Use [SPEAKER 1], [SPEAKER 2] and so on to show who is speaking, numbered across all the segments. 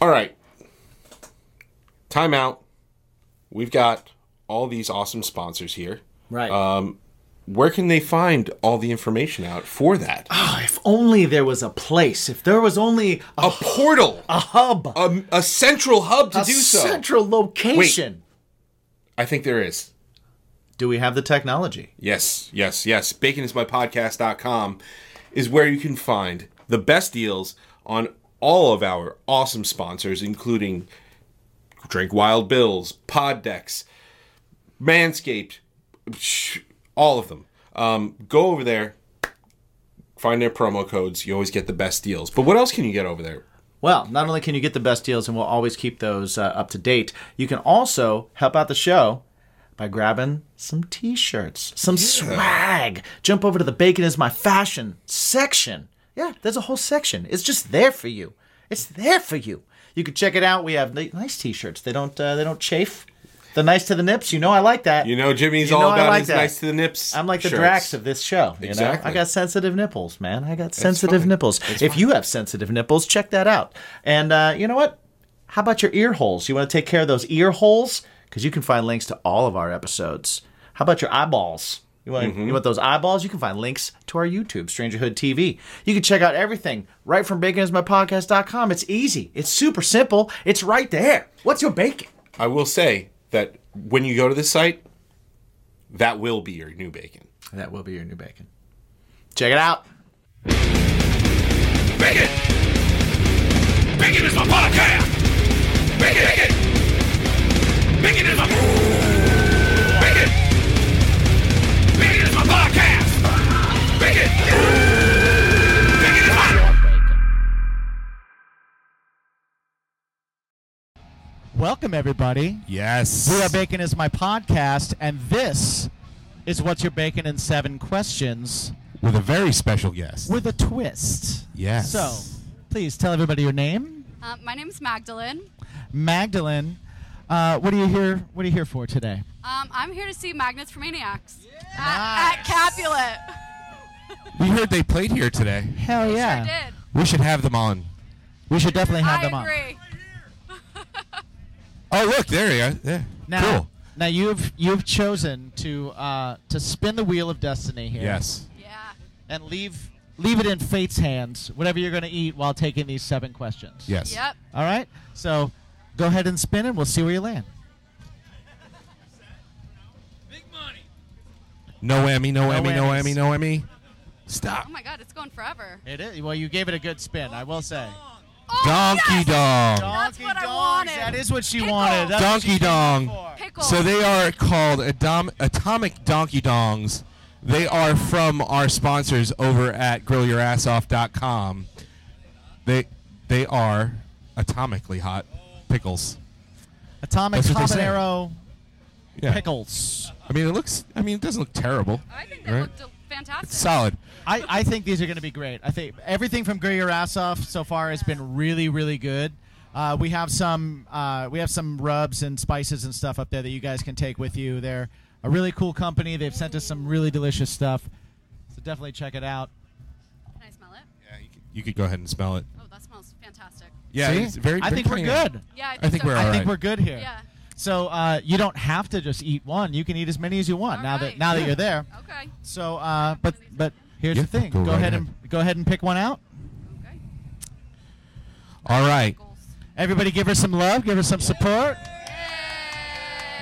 [SPEAKER 1] All right. Time out. We've got all these awesome sponsors here.
[SPEAKER 2] Right.
[SPEAKER 1] Uh, Where can they find all the information out for that?
[SPEAKER 2] Ah, if only there was a place. If there was only a,
[SPEAKER 1] A portal,
[SPEAKER 2] a hub, a,
[SPEAKER 1] a, a central hub to do so.
[SPEAKER 2] central location.
[SPEAKER 1] I think there is.
[SPEAKER 3] Do we have the technology?
[SPEAKER 1] Yes, yes, yes. BaconisMyPodcast.com is where you can find the best deals on all of our awesome sponsors, including Drink Wild Bills, Pod Decks, Manscaped, psh, all of them. Um, go over there, find their promo codes. You always get the best deals. But what else can you get over there?
[SPEAKER 3] Well, not only can you get the best deals, and we'll always keep those uh, up to date, you can also help out the show by grabbing some t shirts, some swag. Jump over to the Bacon is My Fashion section. Yeah, there's a whole section. It's just there for you. It's there for you. You can check it out. We have ni- nice t-shirts. They don't uh, they don't chafe. They're nice to the nips. You know I like that.
[SPEAKER 1] You know, Jimmy's
[SPEAKER 3] You know
[SPEAKER 1] all
[SPEAKER 3] I
[SPEAKER 1] about
[SPEAKER 3] like
[SPEAKER 1] his
[SPEAKER 3] that.
[SPEAKER 1] nice to the nips.
[SPEAKER 3] I'm like the
[SPEAKER 1] shirts.
[SPEAKER 3] Drax of this show. You
[SPEAKER 1] Exactly.
[SPEAKER 3] know, I got sensitive nipples, man. I got sensitive
[SPEAKER 1] fine.
[SPEAKER 3] nipples. if you have sensitive nipples, check that out. And uh, you know what? How about your ear holes? You want to take care of those ear holes because you can find links to all of our episodes. How about your eyeballs? You want you want those eyeballs? You can find links to our YouTube, Strangerhood TV. You can check out everything right from baconismypodcast.com. It's easy. It's super simple. It's right there. What's your bacon?
[SPEAKER 1] I will say that when you go to this site, that will be your new bacon.
[SPEAKER 3] That will be your new bacon. Check it out.
[SPEAKER 4] Bacon! Bacon is my podcast! Bacon! Bacon! Bacon is my... Bacon! Bacon is my podcast! Bacon! Bacon is my...
[SPEAKER 5] Welcome, everybody.
[SPEAKER 6] Yes.
[SPEAKER 5] We Are Bacon is my podcast, and this is What's Your Bacon in Seven Questions
[SPEAKER 6] With a very special guest.
[SPEAKER 5] with a twist.
[SPEAKER 6] Yes.
[SPEAKER 5] So, please tell everybody your name.
[SPEAKER 7] Uh, my name's Magdalene.
[SPEAKER 5] Magdalene, uh, what are you here? What are you here for today?
[SPEAKER 7] Um, I'm here to see Magnets for Maniacs at, at Capulet.
[SPEAKER 6] we heard they played here today.
[SPEAKER 5] Hell yeah!
[SPEAKER 7] Sure did.
[SPEAKER 6] We should have them on.
[SPEAKER 5] We should definitely have
[SPEAKER 7] I
[SPEAKER 5] them on.
[SPEAKER 7] agree.
[SPEAKER 6] Oh, look, there you are. Yeah.
[SPEAKER 5] Now,
[SPEAKER 6] cool.
[SPEAKER 5] now you've you've chosen to uh, to spin the wheel of destiny here.
[SPEAKER 6] Yes.
[SPEAKER 7] Yeah.
[SPEAKER 5] And leave leave it in fate's hands. Whatever you're going to eat while taking these seven questions.
[SPEAKER 6] Yes.
[SPEAKER 7] Yep.
[SPEAKER 5] All right. So go ahead and spin, and we'll see where you land.
[SPEAKER 6] No whammy, no, whammy, no
[SPEAKER 5] whammies.
[SPEAKER 6] whammy, no whammy. Stop.
[SPEAKER 7] Oh my God, it's going forever.
[SPEAKER 5] It is. Well, you gave it a good spin, I will say.
[SPEAKER 7] Oh,
[SPEAKER 6] Donkey
[SPEAKER 7] yes!
[SPEAKER 6] Dong.
[SPEAKER 7] That's
[SPEAKER 5] Donkey
[SPEAKER 7] what I
[SPEAKER 5] dongs,
[SPEAKER 7] wanted.
[SPEAKER 5] That is what she
[SPEAKER 7] Pickle.
[SPEAKER 5] wanted. That's what
[SPEAKER 6] Donkey
[SPEAKER 5] she
[SPEAKER 6] dong.
[SPEAKER 5] came for.
[SPEAKER 7] Pickle.
[SPEAKER 6] So they are called Adom- Atomic Donkey Dongs. They are from our sponsors over at grillyourassoff.com. They they are atomically hot pickles.
[SPEAKER 5] Atomic
[SPEAKER 6] That's what they say.
[SPEAKER 5] habanero
[SPEAKER 6] Yeah.
[SPEAKER 5] pickles.
[SPEAKER 6] I mean, it looks. I mean, it doesn't look terrible.
[SPEAKER 7] Oh, I think they
[SPEAKER 6] Right.
[SPEAKER 7] looked fantastic.
[SPEAKER 6] It's solid.
[SPEAKER 5] I, I think these are going to be great. I think everything from Grill Your Ass Off so far has been really, really good. Uh, we have some uh, we have some rubs and spices and stuff up there that you guys can take with you. They're a really cool company. They've sent us some really delicious stuff, so definitely check it out.
[SPEAKER 7] Can I smell it?
[SPEAKER 6] Yeah, you could, you could go ahead and smell it.
[SPEAKER 7] Oh, that smells fantastic.
[SPEAKER 6] Yeah,
[SPEAKER 5] See?
[SPEAKER 6] it's very.
[SPEAKER 5] I
[SPEAKER 6] very
[SPEAKER 5] think we're
[SPEAKER 6] clean.
[SPEAKER 5] good.
[SPEAKER 7] Yeah, I think,
[SPEAKER 6] I think
[SPEAKER 7] so.
[SPEAKER 6] we're all
[SPEAKER 5] I
[SPEAKER 6] right.
[SPEAKER 5] think we're good here.
[SPEAKER 7] Yeah.
[SPEAKER 5] So uh, you don't have to just eat one. You can eat as many as you want
[SPEAKER 7] All
[SPEAKER 5] now
[SPEAKER 7] right.
[SPEAKER 5] that now that you're there.
[SPEAKER 7] Okay.
[SPEAKER 5] So, uh, but but here's
[SPEAKER 6] Yeah,
[SPEAKER 5] the thing.
[SPEAKER 6] go
[SPEAKER 5] Go,
[SPEAKER 6] right
[SPEAKER 5] ahead
[SPEAKER 6] ahead.
[SPEAKER 5] and go ahead and pick one out.
[SPEAKER 7] Okay.
[SPEAKER 6] All right.
[SPEAKER 7] Goals.
[SPEAKER 5] Everybody, give her some love. Give her some support.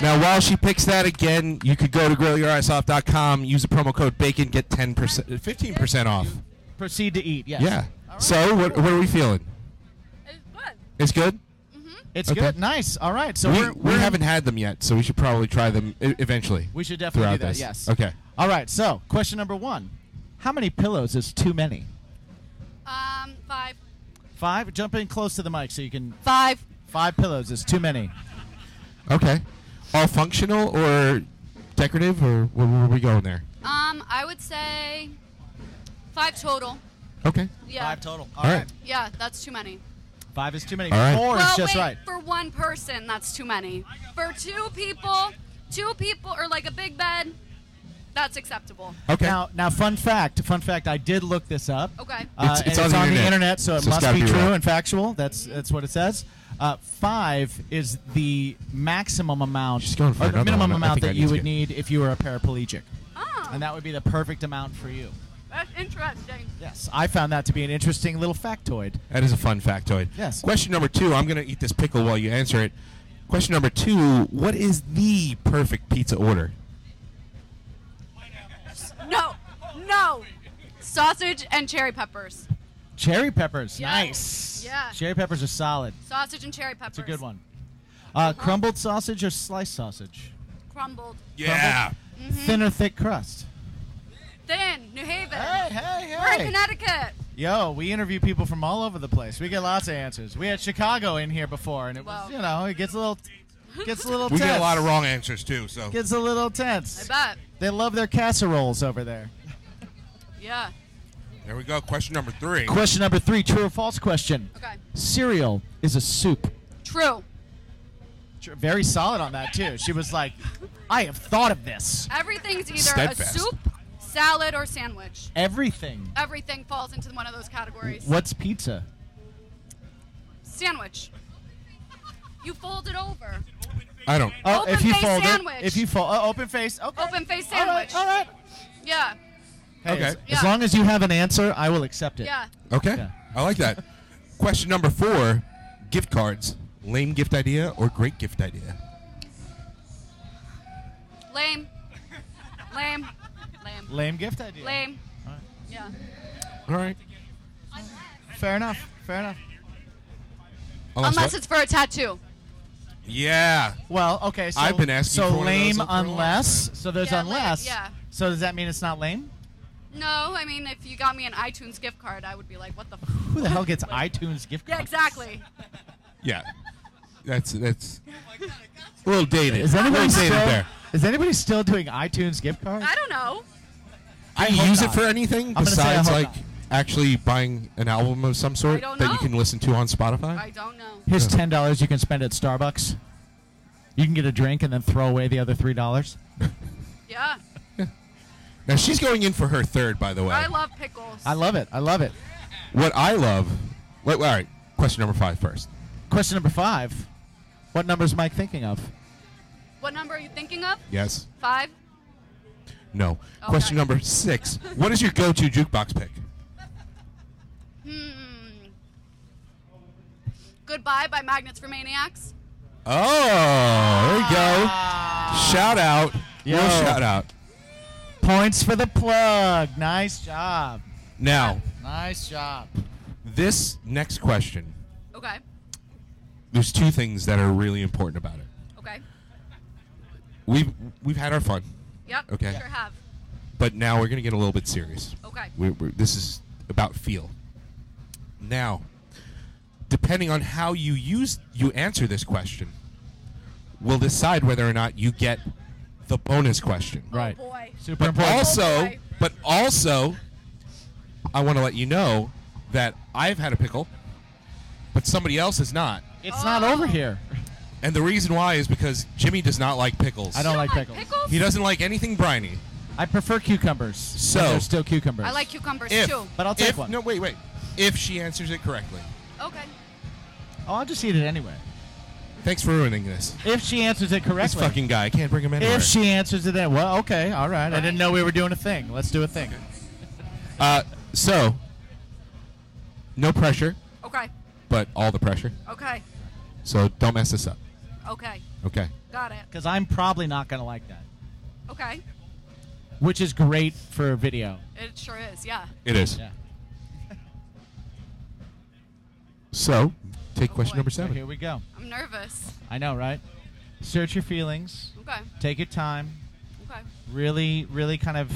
[SPEAKER 6] Now, while she picks that again, you could go to grillyourassoff.com, use the promo code BACON, get 10%, 15% off.
[SPEAKER 5] Proceed to eat. Yes.
[SPEAKER 6] Yeah. So, what, what are we feeling?
[SPEAKER 7] It's good.
[SPEAKER 6] It's good?
[SPEAKER 5] It's
[SPEAKER 6] Okay.
[SPEAKER 5] good. Nice. All right. So
[SPEAKER 6] we
[SPEAKER 5] we're,
[SPEAKER 6] we
[SPEAKER 5] we're-
[SPEAKER 6] haven't had them yet, so we should probably try them e- eventually.
[SPEAKER 5] We should definitely do
[SPEAKER 6] throughout
[SPEAKER 5] that.
[SPEAKER 6] this.
[SPEAKER 5] Yes.
[SPEAKER 6] Okay.
[SPEAKER 5] All right. So question number one: How many pillows is too many?
[SPEAKER 7] Um, five.
[SPEAKER 5] Five. Jump in close to the mic so you can.
[SPEAKER 7] Five.
[SPEAKER 5] Five pillows is too many.
[SPEAKER 6] Okay. All functional or decorative, or where where are we going there?
[SPEAKER 7] Um, I would say five total.
[SPEAKER 6] Okay.
[SPEAKER 7] Yeah.
[SPEAKER 5] Five total.
[SPEAKER 6] All right.
[SPEAKER 7] Yeah, that's too many.
[SPEAKER 5] Five is too many.
[SPEAKER 6] All right.
[SPEAKER 5] Four
[SPEAKER 7] well,
[SPEAKER 5] is just
[SPEAKER 7] wait,
[SPEAKER 5] right.
[SPEAKER 7] For one person, that's too many. For two people, two people or like a big bed, That's acceptable.
[SPEAKER 6] Okay.
[SPEAKER 5] Now, now, fun fact. Fun fact. I did look this up.
[SPEAKER 7] Okay.
[SPEAKER 5] Uh,
[SPEAKER 6] It's-
[SPEAKER 5] and it's,
[SPEAKER 6] it's on the
[SPEAKER 5] on, the
[SPEAKER 6] internet.
[SPEAKER 5] internet, so it
[SPEAKER 6] So it's
[SPEAKER 5] must
[SPEAKER 6] gotta
[SPEAKER 5] be
[SPEAKER 6] be
[SPEAKER 5] true
[SPEAKER 6] real.
[SPEAKER 5] and factual. That's that's what it says. Uh, five is the maximum amount
[SPEAKER 6] She's going for
[SPEAKER 5] or the
[SPEAKER 6] another
[SPEAKER 5] minimum
[SPEAKER 6] one. I
[SPEAKER 5] amount
[SPEAKER 6] think I
[SPEAKER 5] that
[SPEAKER 6] need
[SPEAKER 5] you
[SPEAKER 6] to
[SPEAKER 5] would
[SPEAKER 6] get-
[SPEAKER 5] need if you were a paraplegic,
[SPEAKER 7] Oh,
[SPEAKER 5] and that would be the perfect amount for you.
[SPEAKER 7] that's interesting.
[SPEAKER 5] Yes, I found that to be an interesting little factoid.
[SPEAKER 6] That is a fun factoid.
[SPEAKER 5] Yes.
[SPEAKER 6] Question number two. I'm going to eat this pickle while you answer it. Question number two. What is the perfect pizza order?
[SPEAKER 7] No, no. Sausage and cherry peppers.
[SPEAKER 5] Cherry peppers,
[SPEAKER 7] Yeah.
[SPEAKER 5] nice.
[SPEAKER 7] Yeah.
[SPEAKER 5] Cherry peppers are solid.
[SPEAKER 7] Sausage and cherry
[SPEAKER 5] It's
[SPEAKER 7] peppers.
[SPEAKER 5] a good one. Uh, crumbled sausage or sliced sausage?
[SPEAKER 7] Crumbled.
[SPEAKER 6] Yeah.
[SPEAKER 5] Thin or thick crust?
[SPEAKER 7] Thin. New Haven.
[SPEAKER 5] Hey, hey,
[SPEAKER 7] We're in
[SPEAKER 5] hey!
[SPEAKER 7] Connecticut.
[SPEAKER 5] Yo, we interview people from all over the place. We get lots of answers. We had Chicago in here before, and it was
[SPEAKER 7] Wow.
[SPEAKER 5] you know it gets a little gets a little
[SPEAKER 6] We
[SPEAKER 5] tense.
[SPEAKER 6] get a lot of wrong answers too. So
[SPEAKER 5] gets a little
[SPEAKER 7] I
[SPEAKER 5] tense.
[SPEAKER 7] bet.
[SPEAKER 5] They love their casseroles over there.
[SPEAKER 7] Yeah.
[SPEAKER 6] there we go. Question number three.
[SPEAKER 5] Question number three: True or false? Question:
[SPEAKER 7] Okay.
[SPEAKER 5] Cereal is a soup.
[SPEAKER 7] True.
[SPEAKER 5] Tr- Very solid on that too. She was like, "I have thought of this.
[SPEAKER 7] Everything's either
[SPEAKER 6] Steadfast.
[SPEAKER 7] a soup, salad, or sandwich.
[SPEAKER 5] Everything.
[SPEAKER 7] Everything falls into one of those categories.
[SPEAKER 5] What's pizza?
[SPEAKER 7] Sandwich. You fold it over.
[SPEAKER 6] I don't.
[SPEAKER 5] Oh, if you
[SPEAKER 7] Open-faced
[SPEAKER 5] fold
[SPEAKER 7] sandwich.
[SPEAKER 5] it, if you fold, oh, open face. Okay.
[SPEAKER 7] Open faced
[SPEAKER 5] All right,
[SPEAKER 7] sandwich.
[SPEAKER 5] all right.
[SPEAKER 7] Yeah.
[SPEAKER 5] Hey,
[SPEAKER 6] Okay.
[SPEAKER 5] As,
[SPEAKER 7] Yeah.
[SPEAKER 5] as long as you have an answer, I will accept it.
[SPEAKER 7] Yeah.
[SPEAKER 6] Okay.
[SPEAKER 5] Yeah.
[SPEAKER 6] I like that. Question number four. Gift cards. Lame gift idea or great gift idea?
[SPEAKER 7] Lame. Lame. Lame.
[SPEAKER 5] Lame gift idea.
[SPEAKER 7] Lame. Yeah.
[SPEAKER 6] All right.
[SPEAKER 5] Fair enough. Fair enough.
[SPEAKER 7] Unless it's for a tattoo.
[SPEAKER 6] yeah.
[SPEAKER 5] Well, okay. So,
[SPEAKER 6] I've been asking
[SPEAKER 5] So
[SPEAKER 6] for one of
[SPEAKER 5] lame
[SPEAKER 6] those for a long
[SPEAKER 5] unless.
[SPEAKER 6] time.
[SPEAKER 5] So there's
[SPEAKER 7] Yeah, lame,
[SPEAKER 5] unless.
[SPEAKER 7] yeah.
[SPEAKER 5] So does that mean it's not lame?
[SPEAKER 7] No, I mean, if you got me an iTunes gift card, I would be like, what the f-
[SPEAKER 5] Who the hell gets iTunes gift
[SPEAKER 7] Yeah,
[SPEAKER 5] cards?
[SPEAKER 7] exactly.
[SPEAKER 6] Yeah. That's that's a little dated.
[SPEAKER 5] Is anybody
[SPEAKER 6] Little
[SPEAKER 5] still?
[SPEAKER 6] dated there?
[SPEAKER 5] Is anybody still doing iTunes gift cards?
[SPEAKER 7] I don't know.
[SPEAKER 6] I
[SPEAKER 5] hope
[SPEAKER 6] use it
[SPEAKER 5] not.
[SPEAKER 6] for anything
[SPEAKER 5] gonna say I
[SPEAKER 6] besides
[SPEAKER 5] hope
[SPEAKER 6] like
[SPEAKER 5] not.
[SPEAKER 6] actually buying an album of some sort
[SPEAKER 7] don't
[SPEAKER 6] that you
[SPEAKER 7] know.
[SPEAKER 6] can listen to on Spotify.
[SPEAKER 7] I don't know.
[SPEAKER 5] Here's ten dollars you can spend at Starbucks. You can get a drink and then throw away the other three dollars.
[SPEAKER 7] Yeah.
[SPEAKER 6] now she's going in for her third, by the way.
[SPEAKER 7] I love pickles.
[SPEAKER 5] I love it. I love it.
[SPEAKER 6] what I love. Wait, all right. Question number five first.
[SPEAKER 5] Question number five. What number's Mike thinking of?
[SPEAKER 7] what number are you thinking of?
[SPEAKER 6] Yes.
[SPEAKER 7] Five?
[SPEAKER 6] No.
[SPEAKER 7] Okay.
[SPEAKER 6] Question number six. What is your go-to jukebox pick?
[SPEAKER 7] Hmm. Goodbye by Magnets for Maniacs.
[SPEAKER 6] Oh, there you go. Shout out.
[SPEAKER 5] Yo.
[SPEAKER 6] Real shout out.
[SPEAKER 5] Points for the plug. Nice job.
[SPEAKER 6] Now,
[SPEAKER 5] Nice job.
[SPEAKER 7] Oh,
[SPEAKER 6] this next question.
[SPEAKER 7] Okay.
[SPEAKER 6] There's two things that are really important about it.
[SPEAKER 7] Okay.
[SPEAKER 6] We've we've had our fun,
[SPEAKER 7] Yep.
[SPEAKER 6] Okay.
[SPEAKER 7] Sure have.
[SPEAKER 6] but now we're gonna get a little bit serious.
[SPEAKER 7] Okay.
[SPEAKER 6] We're, we're, this is about feel. Now, depending on how you use you answer this question, will decide whether or not you get the bonus question.
[SPEAKER 5] Right.
[SPEAKER 7] Oh boy.
[SPEAKER 5] Super
[SPEAKER 6] But
[SPEAKER 5] important.
[SPEAKER 6] also,
[SPEAKER 7] Okay.
[SPEAKER 6] but also, I want to let you know that I've had a pickle, but somebody else has not.
[SPEAKER 5] It's not over
[SPEAKER 7] Oh.
[SPEAKER 5] here.
[SPEAKER 6] And the reason why is because Jimmy does not like pickles.
[SPEAKER 5] I don't like
[SPEAKER 7] Like
[SPEAKER 5] pickles.
[SPEAKER 7] pickles?
[SPEAKER 6] He doesn't like anything briny.
[SPEAKER 5] I prefer cucumbers.
[SPEAKER 6] So-
[SPEAKER 5] but they're still cucumbers.
[SPEAKER 7] I like cucumbers
[SPEAKER 6] If,
[SPEAKER 7] too.
[SPEAKER 5] But I'll take
[SPEAKER 6] if-
[SPEAKER 5] one.
[SPEAKER 6] No, wait, wait. If she answers it correctly.
[SPEAKER 7] Okay.
[SPEAKER 5] Oh, I'll just eat it anyway.
[SPEAKER 6] Thanks for ruining this.
[SPEAKER 5] If she answers it
[SPEAKER 6] This
[SPEAKER 5] correctly.
[SPEAKER 6] fucking guy. I can't bring him in.
[SPEAKER 5] if she answers it, then- well, okay, all right. I didn't know we were doing a thing. Let's do a thing.
[SPEAKER 6] Uh, so, no pressure,
[SPEAKER 7] Okay.
[SPEAKER 6] but all the pressure.
[SPEAKER 7] Okay.
[SPEAKER 6] So don't mess this up.
[SPEAKER 7] Okay.
[SPEAKER 6] Okay.
[SPEAKER 7] Got it.
[SPEAKER 5] Because I'm probably not going to like that,
[SPEAKER 7] Okay.
[SPEAKER 5] which is great for video.
[SPEAKER 7] It sure is. Yeah.
[SPEAKER 6] It is.
[SPEAKER 5] Yeah.
[SPEAKER 6] So, take
[SPEAKER 7] Oh,
[SPEAKER 6] question
[SPEAKER 7] boy.
[SPEAKER 6] number
[SPEAKER 5] So
[SPEAKER 6] seven.
[SPEAKER 5] here we go.
[SPEAKER 7] I'm nervous.
[SPEAKER 5] I know, right? Search your feelings.
[SPEAKER 7] Okay.
[SPEAKER 5] Take your time.
[SPEAKER 7] Okay.
[SPEAKER 5] Really, really kind of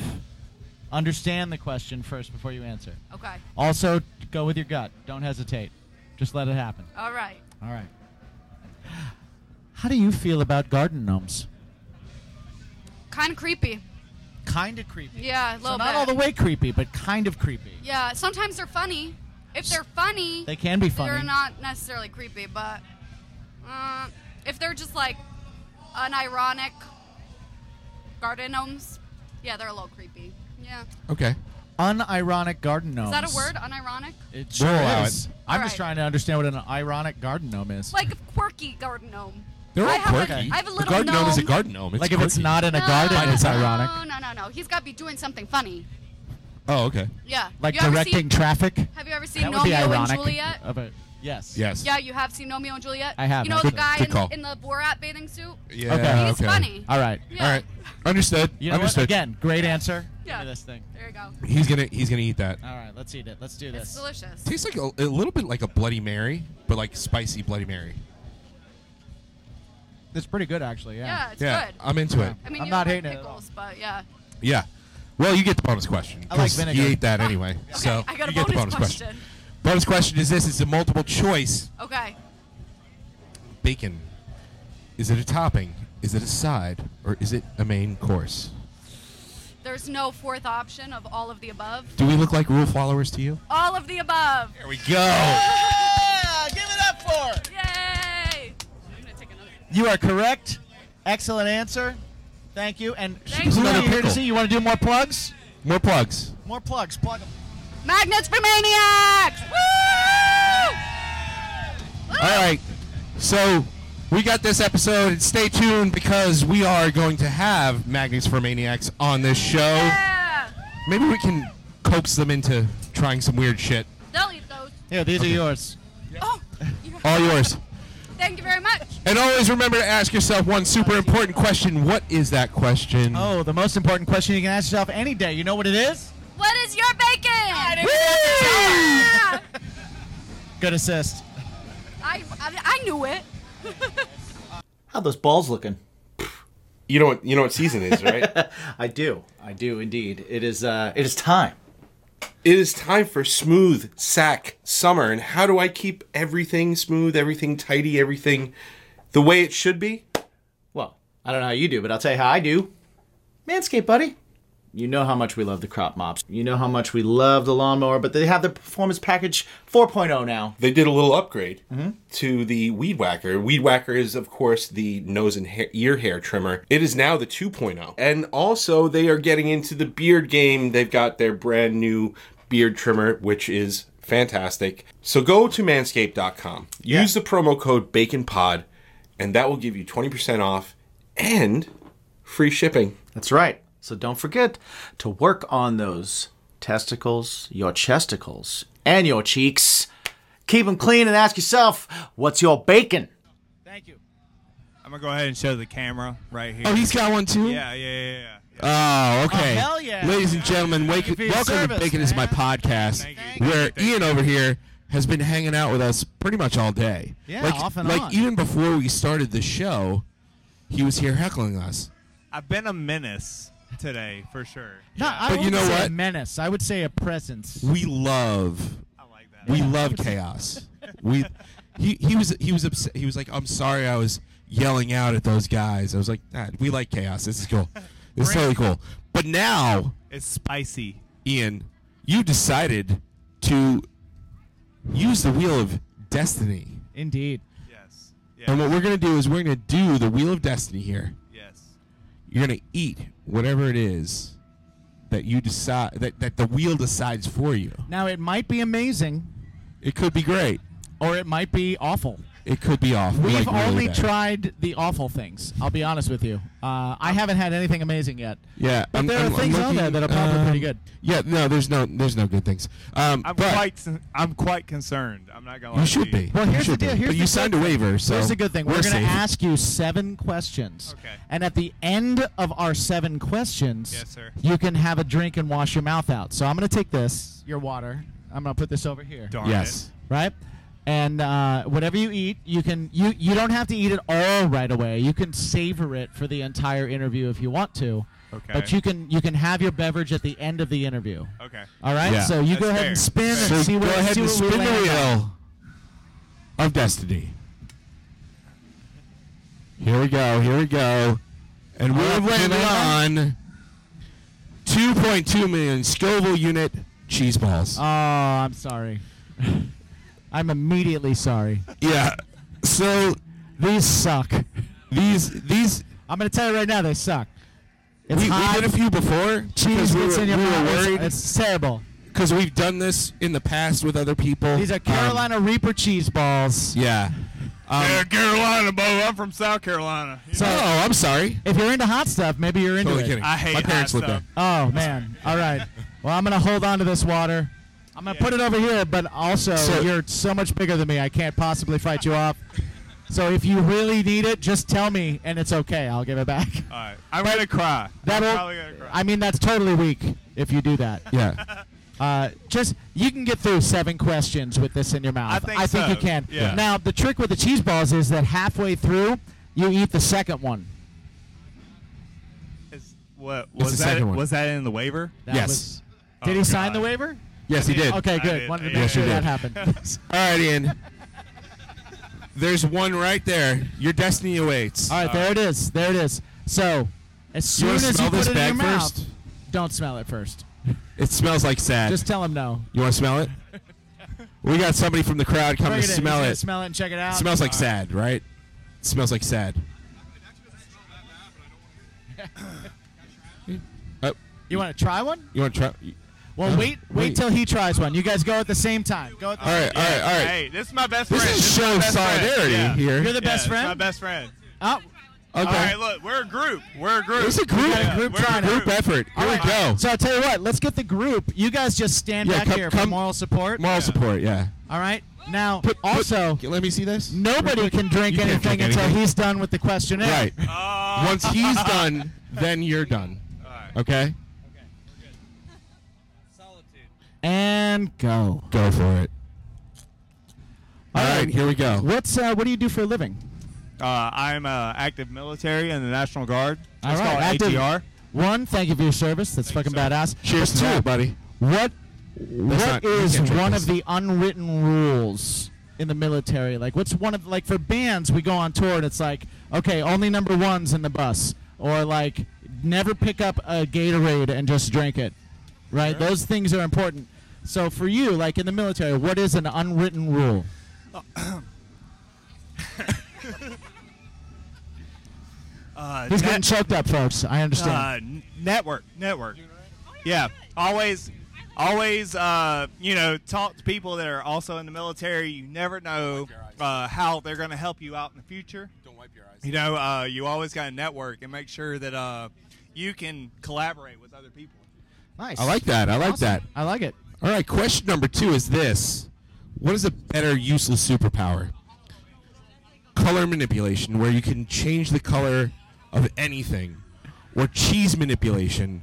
[SPEAKER 5] understand the question first before you answer.
[SPEAKER 7] Okay.
[SPEAKER 5] Also, go with your gut. Don't hesitate. Just let it happen.
[SPEAKER 7] All right.
[SPEAKER 5] All right. How do you feel about garden gnomes?
[SPEAKER 7] Kind of creepy.
[SPEAKER 5] Kind of creepy.
[SPEAKER 7] Yeah. A
[SPEAKER 5] So
[SPEAKER 7] little bit.
[SPEAKER 5] not all the way creepy, but kind of creepy.
[SPEAKER 7] Yeah. Sometimes they're funny. If they're funny,
[SPEAKER 5] They can be
[SPEAKER 7] They're
[SPEAKER 5] funny.
[SPEAKER 7] not necessarily creepy, but uh, if they're just like unironic garden gnomes, Yeah, they're a little creepy. Yeah.
[SPEAKER 6] Okay.
[SPEAKER 5] Unironic garden gnome.
[SPEAKER 7] Is that a word? Unironic?
[SPEAKER 5] It sure
[SPEAKER 6] We'll allow
[SPEAKER 5] is.
[SPEAKER 6] it.
[SPEAKER 5] I'm
[SPEAKER 7] All
[SPEAKER 5] just
[SPEAKER 7] right.
[SPEAKER 5] trying to understand what an ironic garden gnome is.
[SPEAKER 7] Like a quirky garden gnome.
[SPEAKER 6] They're
[SPEAKER 7] I
[SPEAKER 6] all
[SPEAKER 7] have a-
[SPEAKER 6] quirky.
[SPEAKER 7] I have a
[SPEAKER 6] The
[SPEAKER 7] little
[SPEAKER 6] garden gnome is a
[SPEAKER 7] gnome.
[SPEAKER 6] garden gnome. It's
[SPEAKER 5] Like if it's
[SPEAKER 6] quirky.
[SPEAKER 5] not in a garden,
[SPEAKER 6] No.
[SPEAKER 5] it's ironic.
[SPEAKER 7] No, no, no. He's got to be doing something funny.
[SPEAKER 6] Oh, okay.
[SPEAKER 7] Yeah.
[SPEAKER 5] Like
[SPEAKER 7] You ever
[SPEAKER 5] directing
[SPEAKER 7] seen-
[SPEAKER 5] traffic.
[SPEAKER 7] have you ever seen
[SPEAKER 5] That would be
[SPEAKER 7] Romeo and
[SPEAKER 5] ironic.
[SPEAKER 7] Juliet?
[SPEAKER 5] of a- yes.
[SPEAKER 6] Yes.
[SPEAKER 7] Yeah, you have seen Romeo and Juliet.
[SPEAKER 5] I have,
[SPEAKER 7] You know the
[SPEAKER 5] actually.
[SPEAKER 7] guy
[SPEAKER 6] Good call.
[SPEAKER 7] in, in the Borat bathing suit.
[SPEAKER 6] Yeah.
[SPEAKER 5] Okay.
[SPEAKER 7] He's funny.
[SPEAKER 5] All right.
[SPEAKER 7] Yeah.
[SPEAKER 6] All right. Understood.
[SPEAKER 5] You know
[SPEAKER 6] Understood.
[SPEAKER 5] what? Again, great answer.
[SPEAKER 7] Yeah.
[SPEAKER 5] Give me this thing.
[SPEAKER 7] There you go.
[SPEAKER 6] He's gonna he's gonna eat that.
[SPEAKER 5] All right, let's eat it. Let's do
[SPEAKER 7] It's
[SPEAKER 5] this.
[SPEAKER 7] delicious.
[SPEAKER 6] Tastes like a, a little bit like a Bloody Mary, but like spicy Bloody Mary.
[SPEAKER 5] It's pretty good, actually. Yeah.
[SPEAKER 7] Yeah, it's
[SPEAKER 6] yeah,
[SPEAKER 7] good.
[SPEAKER 6] I'm into it.
[SPEAKER 7] I mean,
[SPEAKER 5] I'm not
[SPEAKER 7] you don't like
[SPEAKER 5] hating it at
[SPEAKER 7] pickles, but yeah.
[SPEAKER 6] Yeah. Well, you get the bonus question.
[SPEAKER 5] I like
[SPEAKER 6] 'cause
[SPEAKER 5] vinegar.
[SPEAKER 6] You ate that anyway, so
[SPEAKER 7] I got a
[SPEAKER 6] you get the
[SPEAKER 7] bonus
[SPEAKER 6] bonus
[SPEAKER 7] question.
[SPEAKER 6] Bonus question is this: It's a multiple choice.
[SPEAKER 7] Okay.
[SPEAKER 6] Bacon. Is it a topping? Is it a side? Or is it a main course?
[SPEAKER 7] There's no fourth option of all of the above.
[SPEAKER 6] Do we look like rule followers to you?
[SPEAKER 7] All of the above.
[SPEAKER 6] There we go.
[SPEAKER 5] give it up for.
[SPEAKER 7] Yay! I'm gonna take another.
[SPEAKER 5] You are correct. Excellent answer. Thank you. And
[SPEAKER 7] Thank
[SPEAKER 5] who
[SPEAKER 7] you.
[SPEAKER 5] are you
[SPEAKER 6] Another
[SPEAKER 5] here to
[SPEAKER 6] pickle.
[SPEAKER 5] see? You want to do more plugs?
[SPEAKER 6] More plugs.
[SPEAKER 5] More plugs. Plug 'em.
[SPEAKER 7] Magnets for maniacs!
[SPEAKER 5] Oh.
[SPEAKER 7] Woo!
[SPEAKER 6] All right. So we got this episode. and Stay tuned because we are going to have Magnets for Maniacs on this show.
[SPEAKER 7] Yeah!
[SPEAKER 6] Maybe we can coax them into trying some weird shit.
[SPEAKER 7] They'll eat those.
[SPEAKER 5] Here, these are yours.
[SPEAKER 7] Oh, you-
[SPEAKER 6] All yours.
[SPEAKER 7] thank you very much.
[SPEAKER 6] And always remember to ask yourself one super important question. What is that question?
[SPEAKER 5] Oh, the most important question you can ask yourself any day. You know what it is?
[SPEAKER 7] What is your bacon? Yeah!
[SPEAKER 5] Good assist.
[SPEAKER 7] I, I, I knew it.
[SPEAKER 3] How those balls looking?
[SPEAKER 1] You know what you know what season is, right?
[SPEAKER 3] I do. I do indeed. It is. Uh, it is time.
[SPEAKER 1] It is time for smooth sack summer. And how do I keep everything smooth, everything tidy, everything the way it should be?
[SPEAKER 3] Well, I don't know how you do, but I'll tell you how I do. Manscaped, buddy. You know how much we love the crop mops. You know how much we love the lawnmower, but they have the performance package 4.0 now.
[SPEAKER 1] They did a little upgrade to the Weed Whacker. Weed Whacker is, of course, the nose and hair, ear hair trimmer. It is now the 2.0. And also, they are getting into the beard game. They've got their brand new beard trimmer, which is fantastic. So go to manscaped.com, use the promo code BACONPOD, and that will give you 20% off and free shipping.
[SPEAKER 3] That's right. So don't forget to work on those testicles, your chesticles, and your cheeks. Keep them clean and ask yourself, what's your bacon?
[SPEAKER 5] Thank you.
[SPEAKER 8] I'm gonna go ahead and show the camera right here.
[SPEAKER 6] Oh, he's got one too?
[SPEAKER 8] yeah, yeah, yeah, yeah. yeah.
[SPEAKER 6] Oh, okay.
[SPEAKER 5] Oh, hell yeah.
[SPEAKER 6] Ladies and gentlemen, wake,
[SPEAKER 5] you for your
[SPEAKER 6] welcome
[SPEAKER 5] service,
[SPEAKER 6] to Bacon is My
[SPEAKER 5] man.
[SPEAKER 6] Podcast,
[SPEAKER 8] Thank you.
[SPEAKER 6] where
[SPEAKER 8] Thank you.
[SPEAKER 6] Ian over here has been hanging out with us pretty much all day.
[SPEAKER 5] Yeah,
[SPEAKER 6] like,
[SPEAKER 5] off and
[SPEAKER 6] Like,
[SPEAKER 5] on.
[SPEAKER 6] even before we started the show, he was here heckling us.
[SPEAKER 8] I've been a menace today for sure.
[SPEAKER 5] No, I
[SPEAKER 6] But you
[SPEAKER 5] wouldn't
[SPEAKER 6] know
[SPEAKER 5] say a
[SPEAKER 6] what?
[SPEAKER 5] menace. I would say a presence.
[SPEAKER 6] We love,
[SPEAKER 8] I like that.
[SPEAKER 6] we love chaos. We, he, he was, he was upset. He was like, I'm sorry I was yelling out at those guys. I was like, nah, we like chaos. This is cool. This is
[SPEAKER 8] Bring
[SPEAKER 6] totally
[SPEAKER 8] it.
[SPEAKER 6] cool. But now,
[SPEAKER 8] it's spicy.
[SPEAKER 6] Ian, you decided to use the wheel of destiny.
[SPEAKER 5] Indeed.
[SPEAKER 8] Yes.
[SPEAKER 6] And
[SPEAKER 8] Yeah.
[SPEAKER 6] what we're going to do is we're going to do the wheel of destiny here.
[SPEAKER 8] Yes.
[SPEAKER 6] You're going to eat whatever it is that you decide that, that the wheel decides for you.
[SPEAKER 5] Now it might be amazing,
[SPEAKER 6] It could be great.
[SPEAKER 5] or it might be awful.
[SPEAKER 6] It could be off.
[SPEAKER 5] We've
[SPEAKER 6] like, really
[SPEAKER 5] only
[SPEAKER 6] bad.
[SPEAKER 5] tried the awful things. I'll be honest with you. Uh, I haven't had anything amazing yet.
[SPEAKER 6] Yeah,
[SPEAKER 5] But there are things on there that are probably pretty good.
[SPEAKER 6] um, Yeah, no, there's no there's no good things. Um,
[SPEAKER 8] I'm
[SPEAKER 6] but
[SPEAKER 8] quite. I'm quite concerned. I'm not gonna.
[SPEAKER 6] you
[SPEAKER 8] lie
[SPEAKER 6] should
[SPEAKER 8] to
[SPEAKER 6] be.
[SPEAKER 5] Well,
[SPEAKER 6] You
[SPEAKER 5] here's the
[SPEAKER 6] should
[SPEAKER 5] deal.
[SPEAKER 6] be.
[SPEAKER 5] Here's
[SPEAKER 6] but
[SPEAKER 5] the
[SPEAKER 6] you
[SPEAKER 5] good
[SPEAKER 6] signed a waiver, so
[SPEAKER 5] Here's the good thing. We're,
[SPEAKER 6] we're
[SPEAKER 5] going to
[SPEAKER 6] safe.
[SPEAKER 5] ask you seven questions.
[SPEAKER 8] Okay.
[SPEAKER 5] And at the end of our seven questions,
[SPEAKER 8] Yes, sir.
[SPEAKER 5] you can have a drink and wash your mouth out. So I'm going to take this, your water. I'm going to put this over here.
[SPEAKER 8] Darn
[SPEAKER 6] Yes.
[SPEAKER 5] Right? And uh, whatever you eat, you can you you don't have to eat it all right away. You can savor it for the entire interview if you want to.
[SPEAKER 8] Okay.
[SPEAKER 5] But you can you can have your beverage at the end of the interview.
[SPEAKER 8] It. Okay.
[SPEAKER 5] All right.
[SPEAKER 6] Yeah.
[SPEAKER 5] So you
[SPEAKER 8] That's
[SPEAKER 5] go ahead
[SPEAKER 8] fair.
[SPEAKER 5] and spin
[SPEAKER 8] That's
[SPEAKER 5] and
[SPEAKER 8] fair.
[SPEAKER 5] see what
[SPEAKER 6] go ahead
[SPEAKER 5] see
[SPEAKER 6] and
[SPEAKER 5] what we
[SPEAKER 6] spin the
[SPEAKER 5] land on.
[SPEAKER 6] wheel of destiny. Here we go. Here we go. And we have landed on 2.2 million Scoville unit cheese balls.
[SPEAKER 5] Oh, I'm sorry. I'm immediately sorry.
[SPEAKER 6] yeah. So
[SPEAKER 5] These suck.
[SPEAKER 6] these these
[SPEAKER 5] I'm gonna tell you right now, they suck.
[SPEAKER 6] We,
[SPEAKER 5] It's
[SPEAKER 6] we
[SPEAKER 5] hot.
[SPEAKER 6] did a few before
[SPEAKER 5] Cheese
[SPEAKER 6] because we
[SPEAKER 5] gets
[SPEAKER 6] were,
[SPEAKER 5] in
[SPEAKER 6] we
[SPEAKER 5] your
[SPEAKER 6] were
[SPEAKER 5] mouth. It's-
[SPEAKER 6] worried
[SPEAKER 5] It's terrible.
[SPEAKER 6] because we've done this in the past with other people.
[SPEAKER 5] These are
[SPEAKER 6] Um,
[SPEAKER 5] Carolina Reaper cheese balls.
[SPEAKER 6] yeah. Um,
[SPEAKER 8] Yeah, Carolina, Bo. I'm from South Carolina.
[SPEAKER 5] So
[SPEAKER 6] oh, I'm sorry.
[SPEAKER 5] if you're into hot stuff, maybe you're into
[SPEAKER 6] Totally
[SPEAKER 5] it.
[SPEAKER 6] kidding.
[SPEAKER 8] I hate
[SPEAKER 6] My parents
[SPEAKER 8] hot
[SPEAKER 6] live there.
[SPEAKER 8] stuff.
[SPEAKER 5] Oh man. All right. Well, I'm gonna hold on to this water. I'm gonna put it over here, but also
[SPEAKER 6] So-
[SPEAKER 5] you're so much bigger than me. I can't possibly fight you off. So if you really need it, just tell me, and it's okay. I'll give it back.
[SPEAKER 8] All right. I'm gonna cry.
[SPEAKER 5] That'll.
[SPEAKER 8] I'm probably gonna cry.
[SPEAKER 5] I mean, that's totally weak if you do that.
[SPEAKER 6] Yeah.
[SPEAKER 5] Uh, just you can get through seven questions with this in your mouth.
[SPEAKER 8] I think so.
[SPEAKER 5] you can.
[SPEAKER 8] Yeah.
[SPEAKER 5] Now the trick with the cheese balls is that halfway through you eat the second one.
[SPEAKER 8] Is- what
[SPEAKER 6] the
[SPEAKER 8] was that?
[SPEAKER 6] second one.
[SPEAKER 8] Was that in the waiver?
[SPEAKER 5] That
[SPEAKER 6] Yes.
[SPEAKER 5] was-
[SPEAKER 8] Oh,
[SPEAKER 5] did he sign
[SPEAKER 8] God.
[SPEAKER 5] the waiver?
[SPEAKER 6] Yes, he did.
[SPEAKER 5] Okay,
[SPEAKER 8] I
[SPEAKER 5] good.
[SPEAKER 8] did.
[SPEAKER 5] Wanted to make
[SPEAKER 8] Yeah,
[SPEAKER 5] sure
[SPEAKER 6] you
[SPEAKER 5] that
[SPEAKER 6] did.
[SPEAKER 5] happened.
[SPEAKER 6] All right, Ian. There's one right there. Your destiny awaits.
[SPEAKER 5] All right, there
[SPEAKER 8] Uh,
[SPEAKER 5] it is. There it is. So, as
[SPEAKER 6] you
[SPEAKER 5] soon
[SPEAKER 6] wanna
[SPEAKER 5] as you
[SPEAKER 6] smell
[SPEAKER 5] put
[SPEAKER 6] this
[SPEAKER 5] it in your
[SPEAKER 6] bag
[SPEAKER 5] mouth,
[SPEAKER 6] first?
[SPEAKER 5] don't smell it first.
[SPEAKER 6] It smells like sad.
[SPEAKER 5] Just tell him no.
[SPEAKER 6] you want to smell it? We got somebody from the crowd coming
[SPEAKER 5] Bring
[SPEAKER 6] to
[SPEAKER 5] it in.
[SPEAKER 6] smell
[SPEAKER 5] He's gonna
[SPEAKER 6] it.
[SPEAKER 5] Smell it and check it out.
[SPEAKER 6] It smells like sad, right? It smells like sad. Uh,
[SPEAKER 5] You want to try one?
[SPEAKER 6] you want to try?
[SPEAKER 5] Well,
[SPEAKER 6] No,
[SPEAKER 5] wait, wait,
[SPEAKER 6] wait.
[SPEAKER 5] till he tries one. You guys go at the same time. Go. At the
[SPEAKER 6] All right, all right, all right.
[SPEAKER 8] Hey, this is my best
[SPEAKER 6] this
[SPEAKER 8] friend.
[SPEAKER 6] is
[SPEAKER 8] my
[SPEAKER 6] show
[SPEAKER 8] best friend.
[SPEAKER 6] solidarity
[SPEAKER 8] Yeah.
[SPEAKER 6] here.
[SPEAKER 5] You're the best
[SPEAKER 8] Yeah, it's My
[SPEAKER 5] friend.
[SPEAKER 8] best friend.
[SPEAKER 5] Oh,
[SPEAKER 6] okay.
[SPEAKER 8] All right, look, we're a group. We're a group.
[SPEAKER 6] It's a group,
[SPEAKER 8] Yeah,
[SPEAKER 5] group
[SPEAKER 8] we're a
[SPEAKER 5] trying to-
[SPEAKER 6] group effort. Here we go.
[SPEAKER 5] so I'll tell you what. Let's get the group. You guys just stand
[SPEAKER 6] Yeah,
[SPEAKER 5] back
[SPEAKER 6] come-
[SPEAKER 5] here for
[SPEAKER 6] come-
[SPEAKER 5] moral support.
[SPEAKER 6] Moral support, yeah.
[SPEAKER 5] All right. Now,
[SPEAKER 6] Put- put-
[SPEAKER 5] also,
[SPEAKER 6] let me see this.
[SPEAKER 5] nobody can drink
[SPEAKER 6] You can't
[SPEAKER 5] anything
[SPEAKER 6] drink
[SPEAKER 5] until
[SPEAKER 6] anything.
[SPEAKER 5] he's done with the questionnaire.
[SPEAKER 6] Right.
[SPEAKER 8] Uh,
[SPEAKER 6] Once he's done, then you're done. Okay?
[SPEAKER 5] And go.
[SPEAKER 6] Go for it. All right, here we go.
[SPEAKER 5] What's uh, what do you do for a living?
[SPEAKER 8] Uh, I'm uh, active military in the National Guard. That's
[SPEAKER 5] All right,
[SPEAKER 8] called
[SPEAKER 5] active-
[SPEAKER 8] ATR.
[SPEAKER 5] One, thank you for your service. That's fucking
[SPEAKER 8] sir.
[SPEAKER 5] badass.
[SPEAKER 6] Cheers
[SPEAKER 5] But
[SPEAKER 6] to
[SPEAKER 5] two,
[SPEAKER 6] that, buddy.
[SPEAKER 5] What what
[SPEAKER 6] not- you
[SPEAKER 5] is
[SPEAKER 6] can't drink
[SPEAKER 5] one
[SPEAKER 6] this.
[SPEAKER 5] of the unwritten rules in the military? Like what's one of like for bands we go on tour and it's like, okay, only number ones in the bus or like never pick up a Gatorade and just drink it. Right? Those things are important. So for you, like in the military, what is an unwritten rule?
[SPEAKER 8] Uh,
[SPEAKER 5] He's
[SPEAKER 8] net-
[SPEAKER 5] getting choked up, folks. I understand.
[SPEAKER 8] uh, n- network, network.
[SPEAKER 6] Oh,
[SPEAKER 8] Yeah, always, always. Uh, you know, talk to people that are also in the military. You never know uh, how they're going to help you out in the future.
[SPEAKER 6] Don't wipe your eyes.
[SPEAKER 8] You know, uh, you always got to network and make sure that uh, you can collaborate with other people.
[SPEAKER 5] nice.
[SPEAKER 6] I like that. I like
[SPEAKER 5] Awesome.
[SPEAKER 6] that.
[SPEAKER 5] I like it.
[SPEAKER 6] All right, question number two is this What is a better useless superpower? Color manipulation, where you can change the color of anything, or cheese manipulation,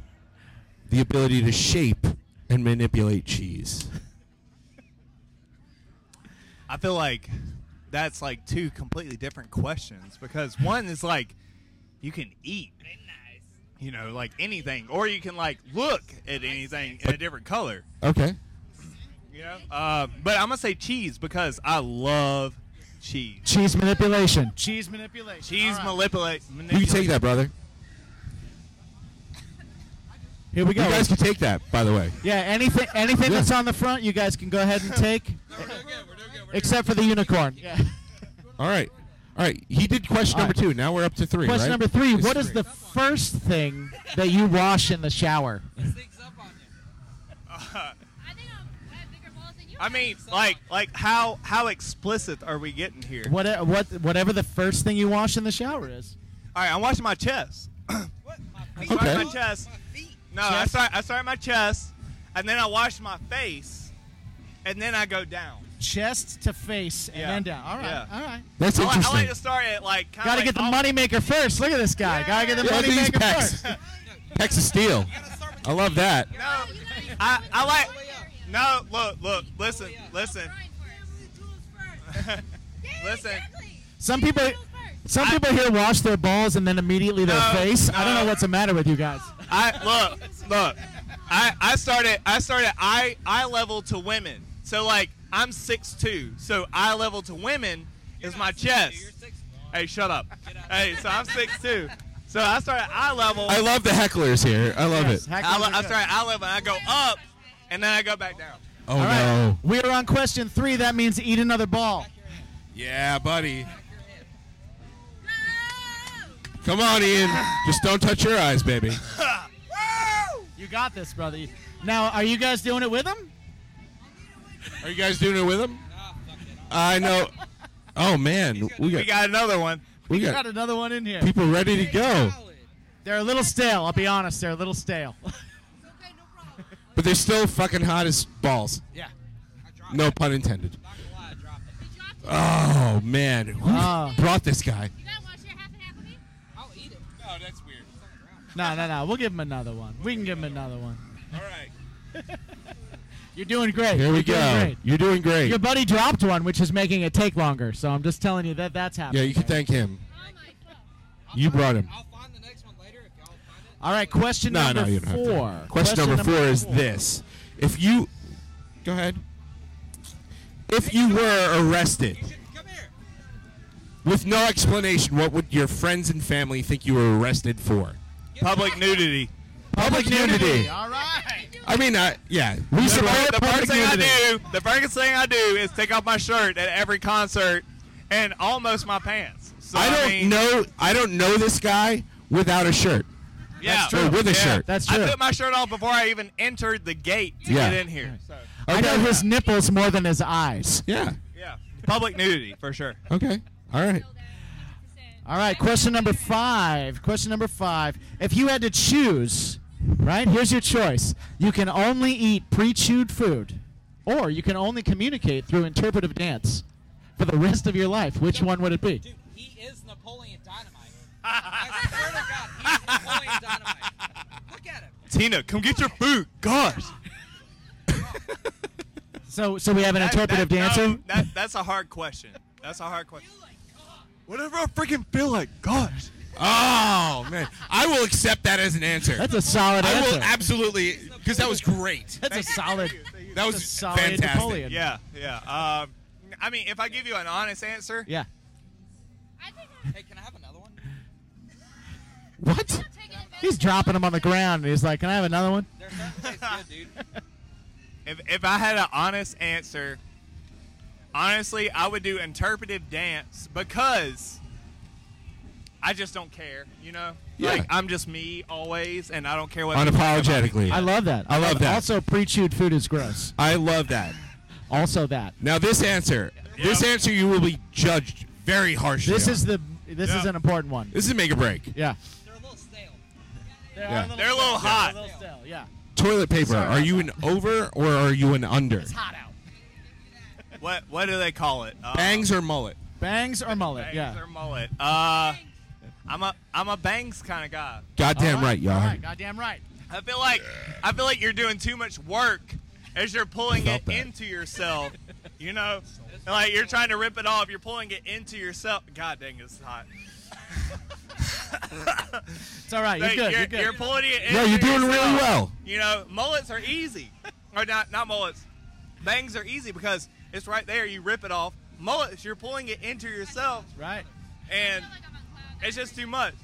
[SPEAKER 6] the ability to shape and manipulate cheese.
[SPEAKER 8] I feel like that's like two completely different questions because one is like you can eat, you know, like anything, or you can like look at anything in a different color.
[SPEAKER 6] Okay.
[SPEAKER 8] You know, uh, but I'm gonna say cheese because I love cheese.
[SPEAKER 5] Cheese manipulation.
[SPEAKER 9] Cheese manipulation.
[SPEAKER 8] Cheese
[SPEAKER 9] All right.
[SPEAKER 8] manipulate.
[SPEAKER 6] You can take that, brother.
[SPEAKER 5] Here we go.
[SPEAKER 6] You guys can take that, by the way.
[SPEAKER 5] Yeah, anything anything
[SPEAKER 6] Yeah.
[SPEAKER 5] that's on the front, you guys can go ahead and take. Except for the unicorn.
[SPEAKER 6] All right. All right. He did question
[SPEAKER 5] All
[SPEAKER 6] number
[SPEAKER 5] right.
[SPEAKER 6] two. Now we're up to three.
[SPEAKER 5] Question
[SPEAKER 6] right?
[SPEAKER 5] number three:
[SPEAKER 6] It's
[SPEAKER 5] What is the first thing that you wash in the shower?
[SPEAKER 8] I mean, like, like how how explicit are we getting here?
[SPEAKER 5] What uh, what whatever the first thing you wash in the shower is.
[SPEAKER 8] All right, I'm washing my chest. I
[SPEAKER 6] Okay.
[SPEAKER 8] started my chest. No, I
[SPEAKER 5] Chest?
[SPEAKER 8] start I started my chest, and then I wash my face, and then I go down.
[SPEAKER 5] Chest to face and
[SPEAKER 8] Yeah.
[SPEAKER 5] then down. All right,
[SPEAKER 8] Yeah.
[SPEAKER 5] all right.
[SPEAKER 6] That's
[SPEAKER 8] I, like, I
[SPEAKER 6] interesting.
[SPEAKER 8] like to start at like kind
[SPEAKER 5] Got to get the moneymaker first. Look at this guy. Got to get the
[SPEAKER 6] Yeah, look at these
[SPEAKER 5] moneymaker
[SPEAKER 6] pecs.
[SPEAKER 5] first.
[SPEAKER 6] Pecs of steel. I love that.
[SPEAKER 8] No, I, I like. No, look, look, listen, listen, listen.
[SPEAKER 5] Some people, some people here wash their balls and then immediately their
[SPEAKER 8] No,
[SPEAKER 5] face. I don't
[SPEAKER 8] no.
[SPEAKER 5] know what's the matter with you guys.
[SPEAKER 8] I look, look. I I started I started eye eye level to women. So like I'm 6'2", so eye level to women is my chest. Hey, shut up. Hey, so I'm 6'2". So I started eye level.
[SPEAKER 6] I love the hecklers here. I love it.
[SPEAKER 5] Heck,
[SPEAKER 8] I, le- I started eye level. And I go up, and then I go back down.
[SPEAKER 6] Oh
[SPEAKER 5] All right.
[SPEAKER 6] no.
[SPEAKER 5] We are on question three. That means eat another ball.
[SPEAKER 6] Yeah, buddy. Come on, Ian. Just don't touch your eyes, baby.
[SPEAKER 5] You got this, brother. You- Now, are you guys doing it with him?
[SPEAKER 6] Are you guys doing it with him? I know. Oh man, we
[SPEAKER 8] We
[SPEAKER 6] got
[SPEAKER 8] got another one.
[SPEAKER 6] we
[SPEAKER 5] Got
[SPEAKER 6] got
[SPEAKER 5] another one in here.
[SPEAKER 6] people ready to go,
[SPEAKER 5] They're a little stale. I'll be honest. They're a little stale.
[SPEAKER 6] but they're still fucking hot as balls.
[SPEAKER 5] yeah.
[SPEAKER 6] No pun intended. Oh man, who
[SPEAKER 5] Ah.
[SPEAKER 6] brought this guy?
[SPEAKER 1] Oh,
[SPEAKER 5] No, no, no. We'll give him another one. We can give him another one.
[SPEAKER 1] All right.
[SPEAKER 5] You're doing great.
[SPEAKER 6] Here we
[SPEAKER 5] You're doing
[SPEAKER 6] go.
[SPEAKER 5] great.
[SPEAKER 6] You're doing great.
[SPEAKER 5] Your buddy dropped one, which is making it take longer. So I'm just telling you that that's
[SPEAKER 6] Yeah,
[SPEAKER 5] happening.
[SPEAKER 6] you can thank him. You brought him.
[SPEAKER 5] All right, question
[SPEAKER 6] No,
[SPEAKER 5] number
[SPEAKER 6] no, you don't have to.
[SPEAKER 5] four.
[SPEAKER 6] Question, number, four is this: If you go ahead, if you were arrested with no explanation, what would your friends and family think you were arrested for?
[SPEAKER 8] Public nudity.
[SPEAKER 6] Public nudity.
[SPEAKER 5] All right.
[SPEAKER 6] I mean, uh, yeah, we
[SPEAKER 8] The,
[SPEAKER 6] support
[SPEAKER 8] the
[SPEAKER 6] public
[SPEAKER 8] first thing I
[SPEAKER 6] nudity.
[SPEAKER 8] do, the first thing I do is take off my shirt at every concert and almost my pants. So,
[SPEAKER 6] I don't
[SPEAKER 8] mean,
[SPEAKER 6] know. I don't know this guy without a shirt
[SPEAKER 8] Yeah,
[SPEAKER 6] or Oh, with a
[SPEAKER 8] Yeah.
[SPEAKER 6] shirt.
[SPEAKER 5] That's true.
[SPEAKER 8] I took my shirt off before I even entered the gate to
[SPEAKER 6] Yeah.
[SPEAKER 8] get in here. So,
[SPEAKER 5] I know his nipples more than his eyes.
[SPEAKER 6] yeah.
[SPEAKER 8] yeah, public nudity for sure.
[SPEAKER 6] Okay. All right.
[SPEAKER 5] All right, question number five. Question number five. If you had to choose, right, here's your choice. You can only eat pre chewed food, or you can only communicate through interpretive dance for the rest of your life. Which one would it be?
[SPEAKER 10] Dude, he is Napoleon Dynamite. I swear to God, he is Napoleon Dynamite. Look at him.
[SPEAKER 8] Tina, come get your food. Gosh,
[SPEAKER 5] So, so we have an interpretive
[SPEAKER 8] That- that-
[SPEAKER 5] dancer?
[SPEAKER 8] no, that- that's a hard question. That's a hard question. Whatever I freaking feel like, gosh.
[SPEAKER 6] Oh man, I will accept that as an answer.
[SPEAKER 5] That's a solid
[SPEAKER 6] I
[SPEAKER 5] answer.
[SPEAKER 6] will absolutely because that was great.
[SPEAKER 5] That's a solid.
[SPEAKER 6] That was
[SPEAKER 5] That's a solid
[SPEAKER 6] fantastic.
[SPEAKER 5] Napoleon.
[SPEAKER 8] Yeah, yeah. Um, I mean, if I give you an honest answer,
[SPEAKER 5] Yeah.
[SPEAKER 10] Hey, can I have another one?
[SPEAKER 5] What? He's dropping them on the ground. and He's like, "Can I have another one?"
[SPEAKER 10] There's something that tastes good, dude.
[SPEAKER 8] if if I had an honest answer, honestly, I would do interpretive dance because I just don't care. You know,
[SPEAKER 6] Yeah.
[SPEAKER 8] like I'm just me always, and I don't care what. people think about me.
[SPEAKER 6] Unapologetically,
[SPEAKER 5] I love that.
[SPEAKER 6] I love that.
[SPEAKER 5] Also, pre-chewed food is gross.
[SPEAKER 6] I love that.
[SPEAKER 5] Also, that.
[SPEAKER 6] Now this answer, this answer, you will be judged very harshly.
[SPEAKER 5] This
[SPEAKER 6] on.
[SPEAKER 5] is the. This is
[SPEAKER 8] Yeah.
[SPEAKER 5] an important one.
[SPEAKER 6] this is make or break.
[SPEAKER 5] Yeah.
[SPEAKER 10] They're a little stale.
[SPEAKER 6] Yeah.
[SPEAKER 8] They're a little hot.
[SPEAKER 5] Yeah.
[SPEAKER 6] Toilet paper. Are you an over or are you an under?
[SPEAKER 8] What what do they call it? Uh,
[SPEAKER 6] Bangs or mullet?
[SPEAKER 5] Bangs or mullet?
[SPEAKER 8] bangs
[SPEAKER 5] yeah.
[SPEAKER 8] or mullet? Uh, I'm a I'm a bangs kind of guy.
[SPEAKER 6] Goddamn
[SPEAKER 5] All
[SPEAKER 6] right, y'all.
[SPEAKER 5] All right. Goddamn right.
[SPEAKER 8] I feel like I feel like you're doing too much work as you're pulling
[SPEAKER 6] Felt
[SPEAKER 8] it
[SPEAKER 6] that.
[SPEAKER 8] into yourself. You know, like you're trying to rip it off. You're pulling it into yourself. God dang, it's hot.
[SPEAKER 5] It's all right. You're
[SPEAKER 8] Like,
[SPEAKER 5] good.
[SPEAKER 8] you're,
[SPEAKER 5] You're good.
[SPEAKER 8] you're pulling it. Into
[SPEAKER 6] Yeah, you're doing
[SPEAKER 8] yourself.
[SPEAKER 6] really well.
[SPEAKER 8] You know, mullets are easy, or not not mullets. Bangs are easy because it's right there. You rip it off. Mullets, you're pulling it into yourself,
[SPEAKER 5] right.
[SPEAKER 8] and it's just too much.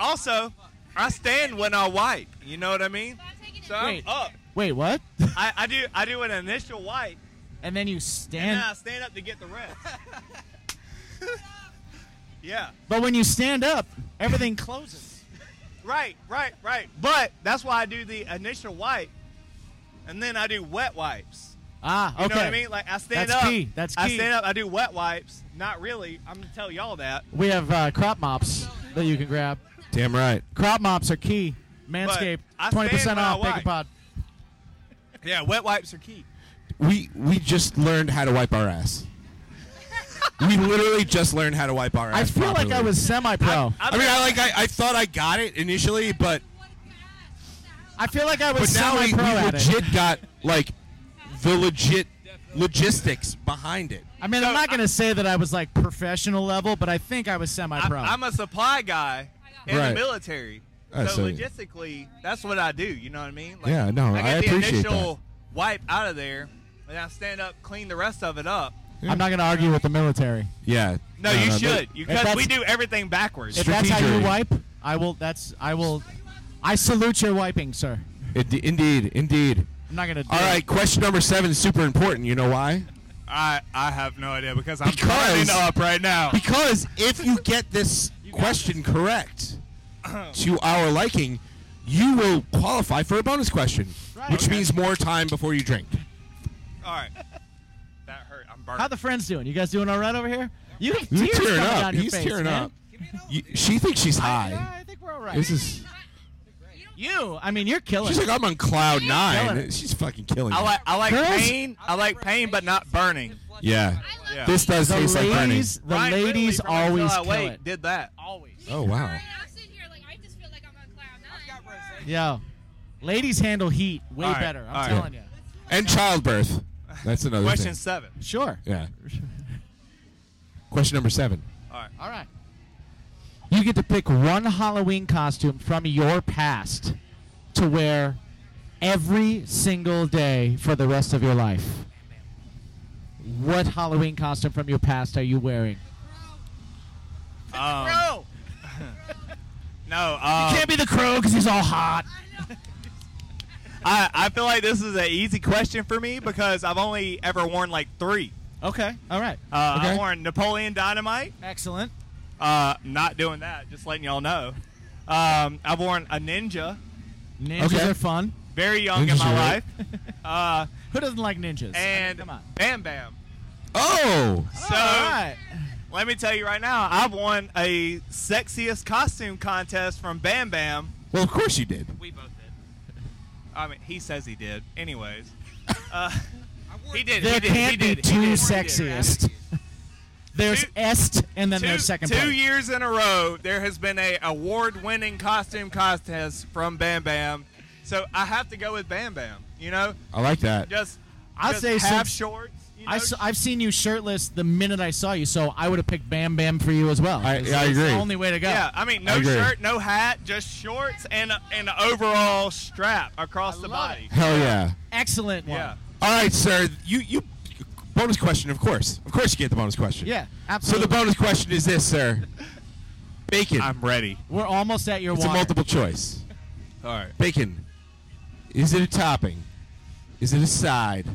[SPEAKER 8] Also, I stand when I wipe. You know what I mean? So I'm
[SPEAKER 5] Wait.
[SPEAKER 8] up.
[SPEAKER 5] Wait, what?
[SPEAKER 8] I, I do I do an initial wipe,
[SPEAKER 5] and then you
[SPEAKER 8] and uh,
[SPEAKER 5] stand.
[SPEAKER 8] then I stand up to get the rest. yeah.
[SPEAKER 5] But when you stand up, everything closes.
[SPEAKER 8] Right, right, right. But that's why I do the initial wipe, and then I do wet wipes.
[SPEAKER 5] Ah. Okay.
[SPEAKER 8] You know what I mean? Like I stand
[SPEAKER 5] That's
[SPEAKER 8] up.
[SPEAKER 5] key. That's
[SPEAKER 8] I
[SPEAKER 5] key.
[SPEAKER 8] stand up. I do wet wipes. Not really. I'm gonna tell y'all that.
[SPEAKER 5] We have uh, crop mops that you can grab.
[SPEAKER 6] Damn right.
[SPEAKER 5] Crop mops are key. Manscaped,
[SPEAKER 8] I stand
[SPEAKER 5] twenty percent
[SPEAKER 8] when I
[SPEAKER 5] off. Bacon
[SPEAKER 8] wipe.
[SPEAKER 5] pod.
[SPEAKER 8] Yeah, wet wipes are key.
[SPEAKER 6] We we just learned how to wipe our ass. we literally just learned how to wipe our
[SPEAKER 5] I
[SPEAKER 6] ass.
[SPEAKER 5] feel like I
[SPEAKER 6] properly.
[SPEAKER 5] was semi-pro. I,
[SPEAKER 6] I mean, I like I, I thought I got it initially, but
[SPEAKER 5] feel like I
[SPEAKER 6] but
[SPEAKER 5] was
[SPEAKER 6] now we,
[SPEAKER 5] semi-pro
[SPEAKER 6] we
[SPEAKER 5] at it.
[SPEAKER 6] legit got like the legit logistics behind it.
[SPEAKER 5] I mean, I'm not gonna say that I was like professional level, but I think I was semi-pro.
[SPEAKER 8] I, am a supply guy in
[SPEAKER 6] Right.
[SPEAKER 8] the military.
[SPEAKER 6] I
[SPEAKER 8] so
[SPEAKER 6] see.
[SPEAKER 8] logistically, that's what I do. You know what I mean?
[SPEAKER 6] Yeah, no,
[SPEAKER 8] I get
[SPEAKER 6] I
[SPEAKER 8] the
[SPEAKER 6] appreciate
[SPEAKER 8] initial wipe out of there, and I stand up, clean the rest of it up.
[SPEAKER 5] I'm not gonna argue with the military.
[SPEAKER 6] Yeah.
[SPEAKER 8] No, you should. You because
[SPEAKER 5] that's-
[SPEAKER 8] we do everything backwards.
[SPEAKER 5] If that's how you
[SPEAKER 6] Strategery.
[SPEAKER 5] wipe, I will. That's I will. I salute your wiping, sir.
[SPEAKER 6] It, indeed, indeed.
[SPEAKER 5] I'm not gonna. Do
[SPEAKER 6] All
[SPEAKER 5] it.
[SPEAKER 6] right, question number seven is super important. You know why?
[SPEAKER 8] I I have no idea because I'm
[SPEAKER 6] Because-
[SPEAKER 8] burning up right now.
[SPEAKER 6] Because if you get this question correct, to our liking, you will qualify for a bonus question, which means more time before you drink.
[SPEAKER 8] All right. That hurt. I'm burning.
[SPEAKER 5] How the friends doing? You guys doing all right over here? You have
[SPEAKER 6] You're
[SPEAKER 5] tears
[SPEAKER 6] tearing
[SPEAKER 5] coming
[SPEAKER 6] up.
[SPEAKER 5] down your
[SPEAKER 6] He's
[SPEAKER 5] face,
[SPEAKER 6] tearing
[SPEAKER 5] man.
[SPEAKER 6] up. You- she thinks she's high.
[SPEAKER 5] I think we're all right.
[SPEAKER 6] This is.
[SPEAKER 5] you. I mean, you're killing.
[SPEAKER 6] She's
[SPEAKER 5] it.
[SPEAKER 6] like, I'm on cloud
[SPEAKER 5] Killing
[SPEAKER 6] nine.
[SPEAKER 5] it.
[SPEAKER 6] She's fucking killing.
[SPEAKER 8] I
[SPEAKER 6] it.
[SPEAKER 8] like I like
[SPEAKER 5] Girls-
[SPEAKER 8] pain. I like pain, but not burning.
[SPEAKER 6] Yeah.
[SPEAKER 8] Yeah.
[SPEAKER 6] This does
[SPEAKER 5] the
[SPEAKER 6] taste oh, like burning.
[SPEAKER 5] ladies, the ladies always kill it.
[SPEAKER 8] Did that always?
[SPEAKER 6] Oh wow.
[SPEAKER 7] I'm sitting here like I just feel like I'm on cloud nine.
[SPEAKER 5] Yo, ladies handle heat way
[SPEAKER 8] All right,
[SPEAKER 5] better. I'm
[SPEAKER 8] all right.
[SPEAKER 5] telling you.
[SPEAKER 6] And childbirth. That's another
[SPEAKER 8] Question
[SPEAKER 6] thing.
[SPEAKER 8] seven.
[SPEAKER 5] Sure.
[SPEAKER 6] Yeah. Question number seven.
[SPEAKER 5] All right. You get to pick one Halloween costume from your past to wear every single day for the rest of your life. What Halloween costume from your past are you wearing?
[SPEAKER 8] Um, no. no. Um,
[SPEAKER 5] Can't be the crow because he's all hot.
[SPEAKER 8] I I feel like this is an easy question for me because I've only ever worn like three.
[SPEAKER 5] Okay. All right.
[SPEAKER 8] Uh,
[SPEAKER 6] Okay.
[SPEAKER 8] I worn Napoleon Dynamite.
[SPEAKER 5] Excellent.
[SPEAKER 8] Uh, not doing that. Just letting y'all know. Um, I've worn a ninja.
[SPEAKER 5] Ninjas
[SPEAKER 6] Okay.
[SPEAKER 5] are fun.
[SPEAKER 8] Very young in
[SPEAKER 6] Ninjas
[SPEAKER 8] my
[SPEAKER 6] are
[SPEAKER 8] life.
[SPEAKER 6] right.
[SPEAKER 8] Uh,
[SPEAKER 5] Who doesn't like ninjas? I mean,
[SPEAKER 8] and
[SPEAKER 5] come on.
[SPEAKER 8] Bam Bam.
[SPEAKER 6] Oh.
[SPEAKER 8] So
[SPEAKER 5] all right.
[SPEAKER 8] let me tell you right now, I've won a sexiest costume contest from Bam Bam.
[SPEAKER 6] Well, of course you did.
[SPEAKER 10] We both did.
[SPEAKER 8] I mean, he says he did. Anyways,
[SPEAKER 10] I wore
[SPEAKER 8] he did.
[SPEAKER 5] There
[SPEAKER 8] he did.
[SPEAKER 5] can't
[SPEAKER 8] he
[SPEAKER 5] be
[SPEAKER 8] did. he
[SPEAKER 5] two
[SPEAKER 8] did, he did.
[SPEAKER 5] sexiest. There's
[SPEAKER 8] Two-
[SPEAKER 5] est, and then
[SPEAKER 8] Two,
[SPEAKER 5] there's second
[SPEAKER 8] two
[SPEAKER 5] place.
[SPEAKER 8] years in a row, there has been a award-winning costume contest from Bam Bam. So I have to go with Bam Bam. You know,
[SPEAKER 6] I like that.
[SPEAKER 8] just
[SPEAKER 5] I'll
[SPEAKER 8] just
[SPEAKER 5] say
[SPEAKER 8] half
[SPEAKER 5] since-
[SPEAKER 8] shorts. You know?
[SPEAKER 5] I have seen you shirtless the minute I saw you, so I would have picked Bam Bam for you as well.
[SPEAKER 6] I-
[SPEAKER 5] It's-
[SPEAKER 6] yeah, I
[SPEAKER 5] it's the
[SPEAKER 6] agree.
[SPEAKER 5] only way to go.
[SPEAKER 8] yeah, I mean, no
[SPEAKER 6] I agree.
[SPEAKER 8] shirt, no hat, just shorts and a- and an overall strap across the body.
[SPEAKER 6] Hell yeah.
[SPEAKER 5] Excellent one.
[SPEAKER 8] Yeah.
[SPEAKER 6] All right, sir. You you bonus question, of course. Of course you get the bonus question.
[SPEAKER 5] Yeah,
[SPEAKER 6] So
[SPEAKER 5] absolutely.
[SPEAKER 6] the bonus question is this, sir. Bacon.
[SPEAKER 8] I'm ready.
[SPEAKER 5] We're almost at your
[SPEAKER 6] it's
[SPEAKER 5] water.
[SPEAKER 6] a multiple choice.
[SPEAKER 8] All right.
[SPEAKER 6] Bacon. Is it a topping? Is it a side?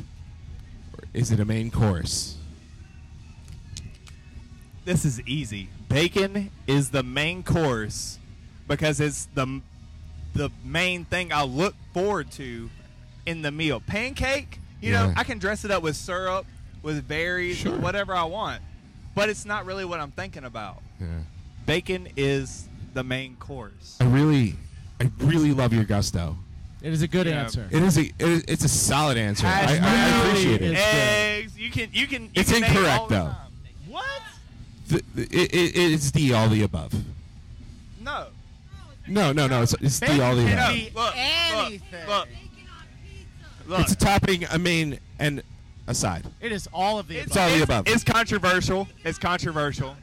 [SPEAKER 6] Or is it a main course?
[SPEAKER 8] This is easy. Bacon is the main course because it's the the main thing I look forward to in the meal. Pancake, you know,
[SPEAKER 6] Yeah.
[SPEAKER 8] I can dress it up with syrup, with berries,
[SPEAKER 6] Sure.
[SPEAKER 8] whatever I want, but it's not really what I'm thinking about.
[SPEAKER 6] Yeah.
[SPEAKER 8] Bacon is the main course.
[SPEAKER 6] I really I really love your gusto.
[SPEAKER 5] It is a good
[SPEAKER 8] Yeah.
[SPEAKER 5] answer.
[SPEAKER 6] It is a it is, it's a solid answer. I, I- I
[SPEAKER 5] Hashtag
[SPEAKER 6] appreciate
[SPEAKER 5] is
[SPEAKER 6] it.
[SPEAKER 8] Eggs, you can you can. You
[SPEAKER 6] It's
[SPEAKER 8] can name
[SPEAKER 6] incorrect,
[SPEAKER 8] all the
[SPEAKER 6] though.
[SPEAKER 8] time. What?
[SPEAKER 6] The- the- it, it, it's the all the above.
[SPEAKER 8] No.
[SPEAKER 6] No, no, no. It's, it's the all the
[SPEAKER 8] No.
[SPEAKER 6] above.
[SPEAKER 8] Look, look,
[SPEAKER 11] anything.
[SPEAKER 8] Look, look.
[SPEAKER 6] It's a topping, a main, and a side.
[SPEAKER 5] It is all of the
[SPEAKER 6] It's all the above.
[SPEAKER 8] It's controversial. It's controversial.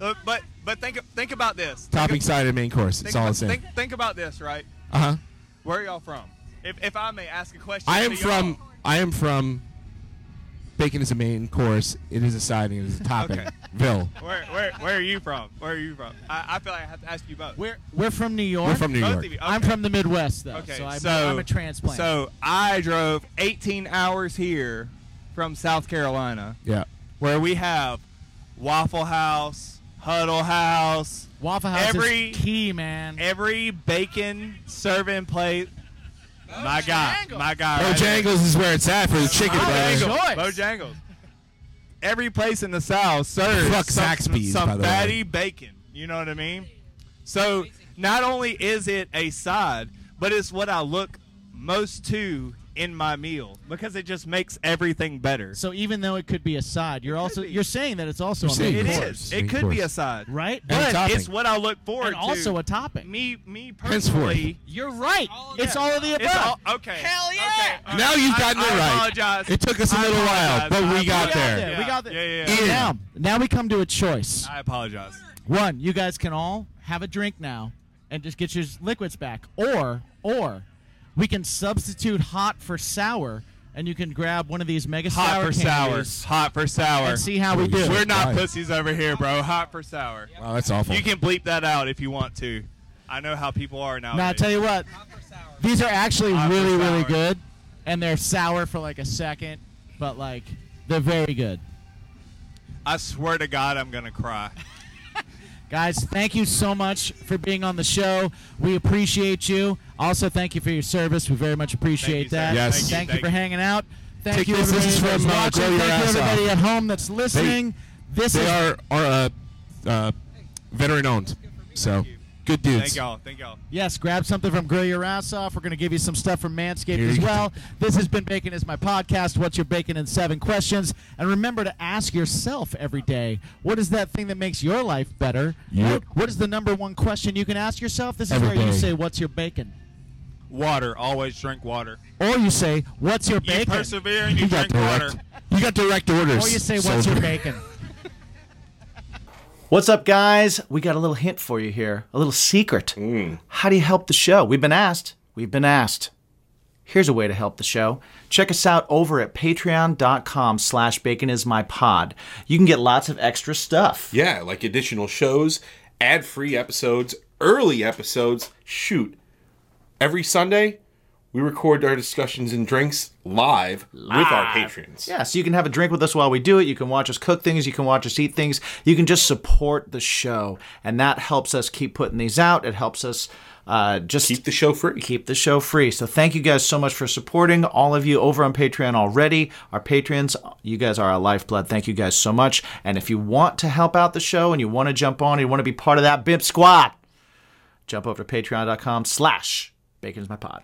[SPEAKER 8] Uh, but but think think about this. Think
[SPEAKER 6] Topping,
[SPEAKER 8] ab-
[SPEAKER 6] side, and main course.
[SPEAKER 8] Think,
[SPEAKER 6] It's all the
[SPEAKER 8] about,
[SPEAKER 6] same.
[SPEAKER 8] think, think about this, right?
[SPEAKER 6] Uh huh.
[SPEAKER 8] Where are y'all from? If, if I may ask a question.
[SPEAKER 6] I
[SPEAKER 8] to
[SPEAKER 6] am
[SPEAKER 8] y'all.
[SPEAKER 6] from. I am from. Bacon is a main course. It is a side, and it is a topping.
[SPEAKER 8] Okay.
[SPEAKER 6] Bill,
[SPEAKER 8] Where where where are you from? Where are you from? I, I feel like I have to ask you both.
[SPEAKER 5] We're we're from New York.
[SPEAKER 6] we're from New
[SPEAKER 8] both
[SPEAKER 6] York.
[SPEAKER 8] of you. Okay.
[SPEAKER 5] I'm from the Midwest though,
[SPEAKER 8] Okay,
[SPEAKER 5] so, I'm,
[SPEAKER 8] so
[SPEAKER 5] I'm a transplant.
[SPEAKER 8] So I drove 18 hours here from South Carolina,
[SPEAKER 6] Yeah.
[SPEAKER 8] where we have Waffle House, Huddle House,
[SPEAKER 5] Waffle House
[SPEAKER 8] every-
[SPEAKER 5] is key, man.
[SPEAKER 8] every bacon serving plate. My guy, my guy. right there.
[SPEAKER 6] Bojangles is where it's at for the chicken, brother.
[SPEAKER 5] Bojangles.
[SPEAKER 8] Bojangles. Bojangles. Every place in the South serves
[SPEAKER 6] Fuck
[SPEAKER 8] some,
[SPEAKER 6] Zaxby's,
[SPEAKER 8] some
[SPEAKER 6] by the way.
[SPEAKER 8] fatty bacon. You know what I mean? So not only is it a side, but it's what I look most to in my meal because it just makes everything better.
[SPEAKER 5] So even though it could be a side, you're also
[SPEAKER 8] be.
[SPEAKER 5] you're saying that it's also
[SPEAKER 6] You're
[SPEAKER 5] a
[SPEAKER 6] saying
[SPEAKER 5] main
[SPEAKER 8] It
[SPEAKER 6] of
[SPEAKER 8] is.
[SPEAKER 5] course,
[SPEAKER 6] course,
[SPEAKER 8] It
[SPEAKER 6] of
[SPEAKER 8] could be
[SPEAKER 6] course.
[SPEAKER 8] a side,
[SPEAKER 5] right?
[SPEAKER 6] And a
[SPEAKER 8] But
[SPEAKER 6] topping.
[SPEAKER 8] it's what I look forward
[SPEAKER 5] And
[SPEAKER 8] to.
[SPEAKER 5] also a topping.
[SPEAKER 8] me, me
[SPEAKER 6] Henceforth.
[SPEAKER 8] personally.
[SPEAKER 5] You're right.
[SPEAKER 10] all of
[SPEAKER 5] It's
[SPEAKER 10] that.
[SPEAKER 5] all of the above.
[SPEAKER 8] It's all, oh, okay. Hell yeah!
[SPEAKER 6] Now you've gotten
[SPEAKER 8] I,
[SPEAKER 6] it
[SPEAKER 8] I
[SPEAKER 6] right.
[SPEAKER 8] Apologize.
[SPEAKER 6] It took us a
[SPEAKER 8] I
[SPEAKER 6] little while,
[SPEAKER 8] apologize.
[SPEAKER 6] but
[SPEAKER 8] I
[SPEAKER 6] we got
[SPEAKER 8] apologize.
[SPEAKER 6] there.
[SPEAKER 8] Yeah.
[SPEAKER 5] We got there.
[SPEAKER 8] Yeah, yeah.
[SPEAKER 6] Ian.
[SPEAKER 5] now, now we come to a choice.
[SPEAKER 8] I apologize.
[SPEAKER 5] One, you guys can all have a drink now and just get your liquids back. Or, or we can substitute hot for sour, and you can grab one of these mega
[SPEAKER 8] Hot
[SPEAKER 5] sour
[SPEAKER 8] for sour.
[SPEAKER 5] candies
[SPEAKER 8] Hot for sour.
[SPEAKER 5] and see how we do.
[SPEAKER 8] We're not
[SPEAKER 6] Right.
[SPEAKER 8] pussies over here, bro. Hot for sour.
[SPEAKER 6] Wow, that's awful.
[SPEAKER 8] You can bleep that out if you want to. I know how people are now.
[SPEAKER 5] now, I tell you what,
[SPEAKER 10] Upper sour.
[SPEAKER 5] these are actually
[SPEAKER 8] Hot for
[SPEAKER 5] really, really
[SPEAKER 8] sour.
[SPEAKER 5] good, and they're sour for like a second, but like they're very good.
[SPEAKER 8] I swear to God, I'm gonna cry.
[SPEAKER 5] Guys, thank you so much for being on the show. We appreciate you. Also, thank you for your service. We very much appreciate that.
[SPEAKER 6] Yes. Thank you,
[SPEAKER 5] Thank,
[SPEAKER 6] thank
[SPEAKER 5] you for
[SPEAKER 6] you.
[SPEAKER 5] hanging out. Thank
[SPEAKER 6] Take
[SPEAKER 5] you
[SPEAKER 6] this.
[SPEAKER 5] everybody
[SPEAKER 6] This is
[SPEAKER 5] that's
[SPEAKER 6] from, uh,
[SPEAKER 5] watching.
[SPEAKER 6] Grow Your
[SPEAKER 5] Thank
[SPEAKER 6] Ass
[SPEAKER 5] you everybody
[SPEAKER 6] Off.
[SPEAKER 5] at home that's listening. this
[SPEAKER 6] they
[SPEAKER 5] is
[SPEAKER 6] are are uh, uh, veteran owned, so good dudes.
[SPEAKER 8] Thank y'all. Thank y'all.
[SPEAKER 5] Yes, grab something from Grill Your Ass Off. We're going to give you some stuff from Manscaped
[SPEAKER 6] Here
[SPEAKER 5] as
[SPEAKER 6] you
[SPEAKER 5] well. This has been Bacon is My Podcast. What's your bacon in seven questions? And remember to ask yourself every day what is that thing that makes your life better?
[SPEAKER 6] Yep.
[SPEAKER 5] What- what is the number one question you can ask yourself? This is where
[SPEAKER 6] Every
[SPEAKER 5] you
[SPEAKER 6] day.
[SPEAKER 5] say, What's your bacon?
[SPEAKER 8] Water. Always drink water.
[SPEAKER 5] Or you say, What's your
[SPEAKER 8] You
[SPEAKER 5] bacon?
[SPEAKER 8] persevere and you, drink water.
[SPEAKER 6] You got direct orders.
[SPEAKER 5] Or you say, What's
[SPEAKER 3] soldier."
[SPEAKER 5] your bacon?
[SPEAKER 3] What's up, guys? We got a little hint for you here, a little secret. How do you help the show? We've been asked. We've been asked. Here's a way to help the show. Check us out over at patreon.com slash baconismypod. You can get lots of extra stuff.
[SPEAKER 1] Yeah, like additional shows, ad free episodes, early episodes. Shoot. Every Sunday, we record our discussions and drinks live, with our patrons.
[SPEAKER 3] Yeah, so you can have a drink with us while we do it. You can watch us cook things. You can watch us eat things. You can just support the show, and that helps us keep putting these out. It helps us uh, just keep
[SPEAKER 1] the show free.
[SPEAKER 3] Keep the show free. So thank you guys so much for supporting all of you over on Patreon already. Our patrons, you guys are our lifeblood. Thank you guys so much. And if you want to help out the show and you want to jump on, you want to be part of that BIMP squad, jump over to patreon.com slash bacon's my pod.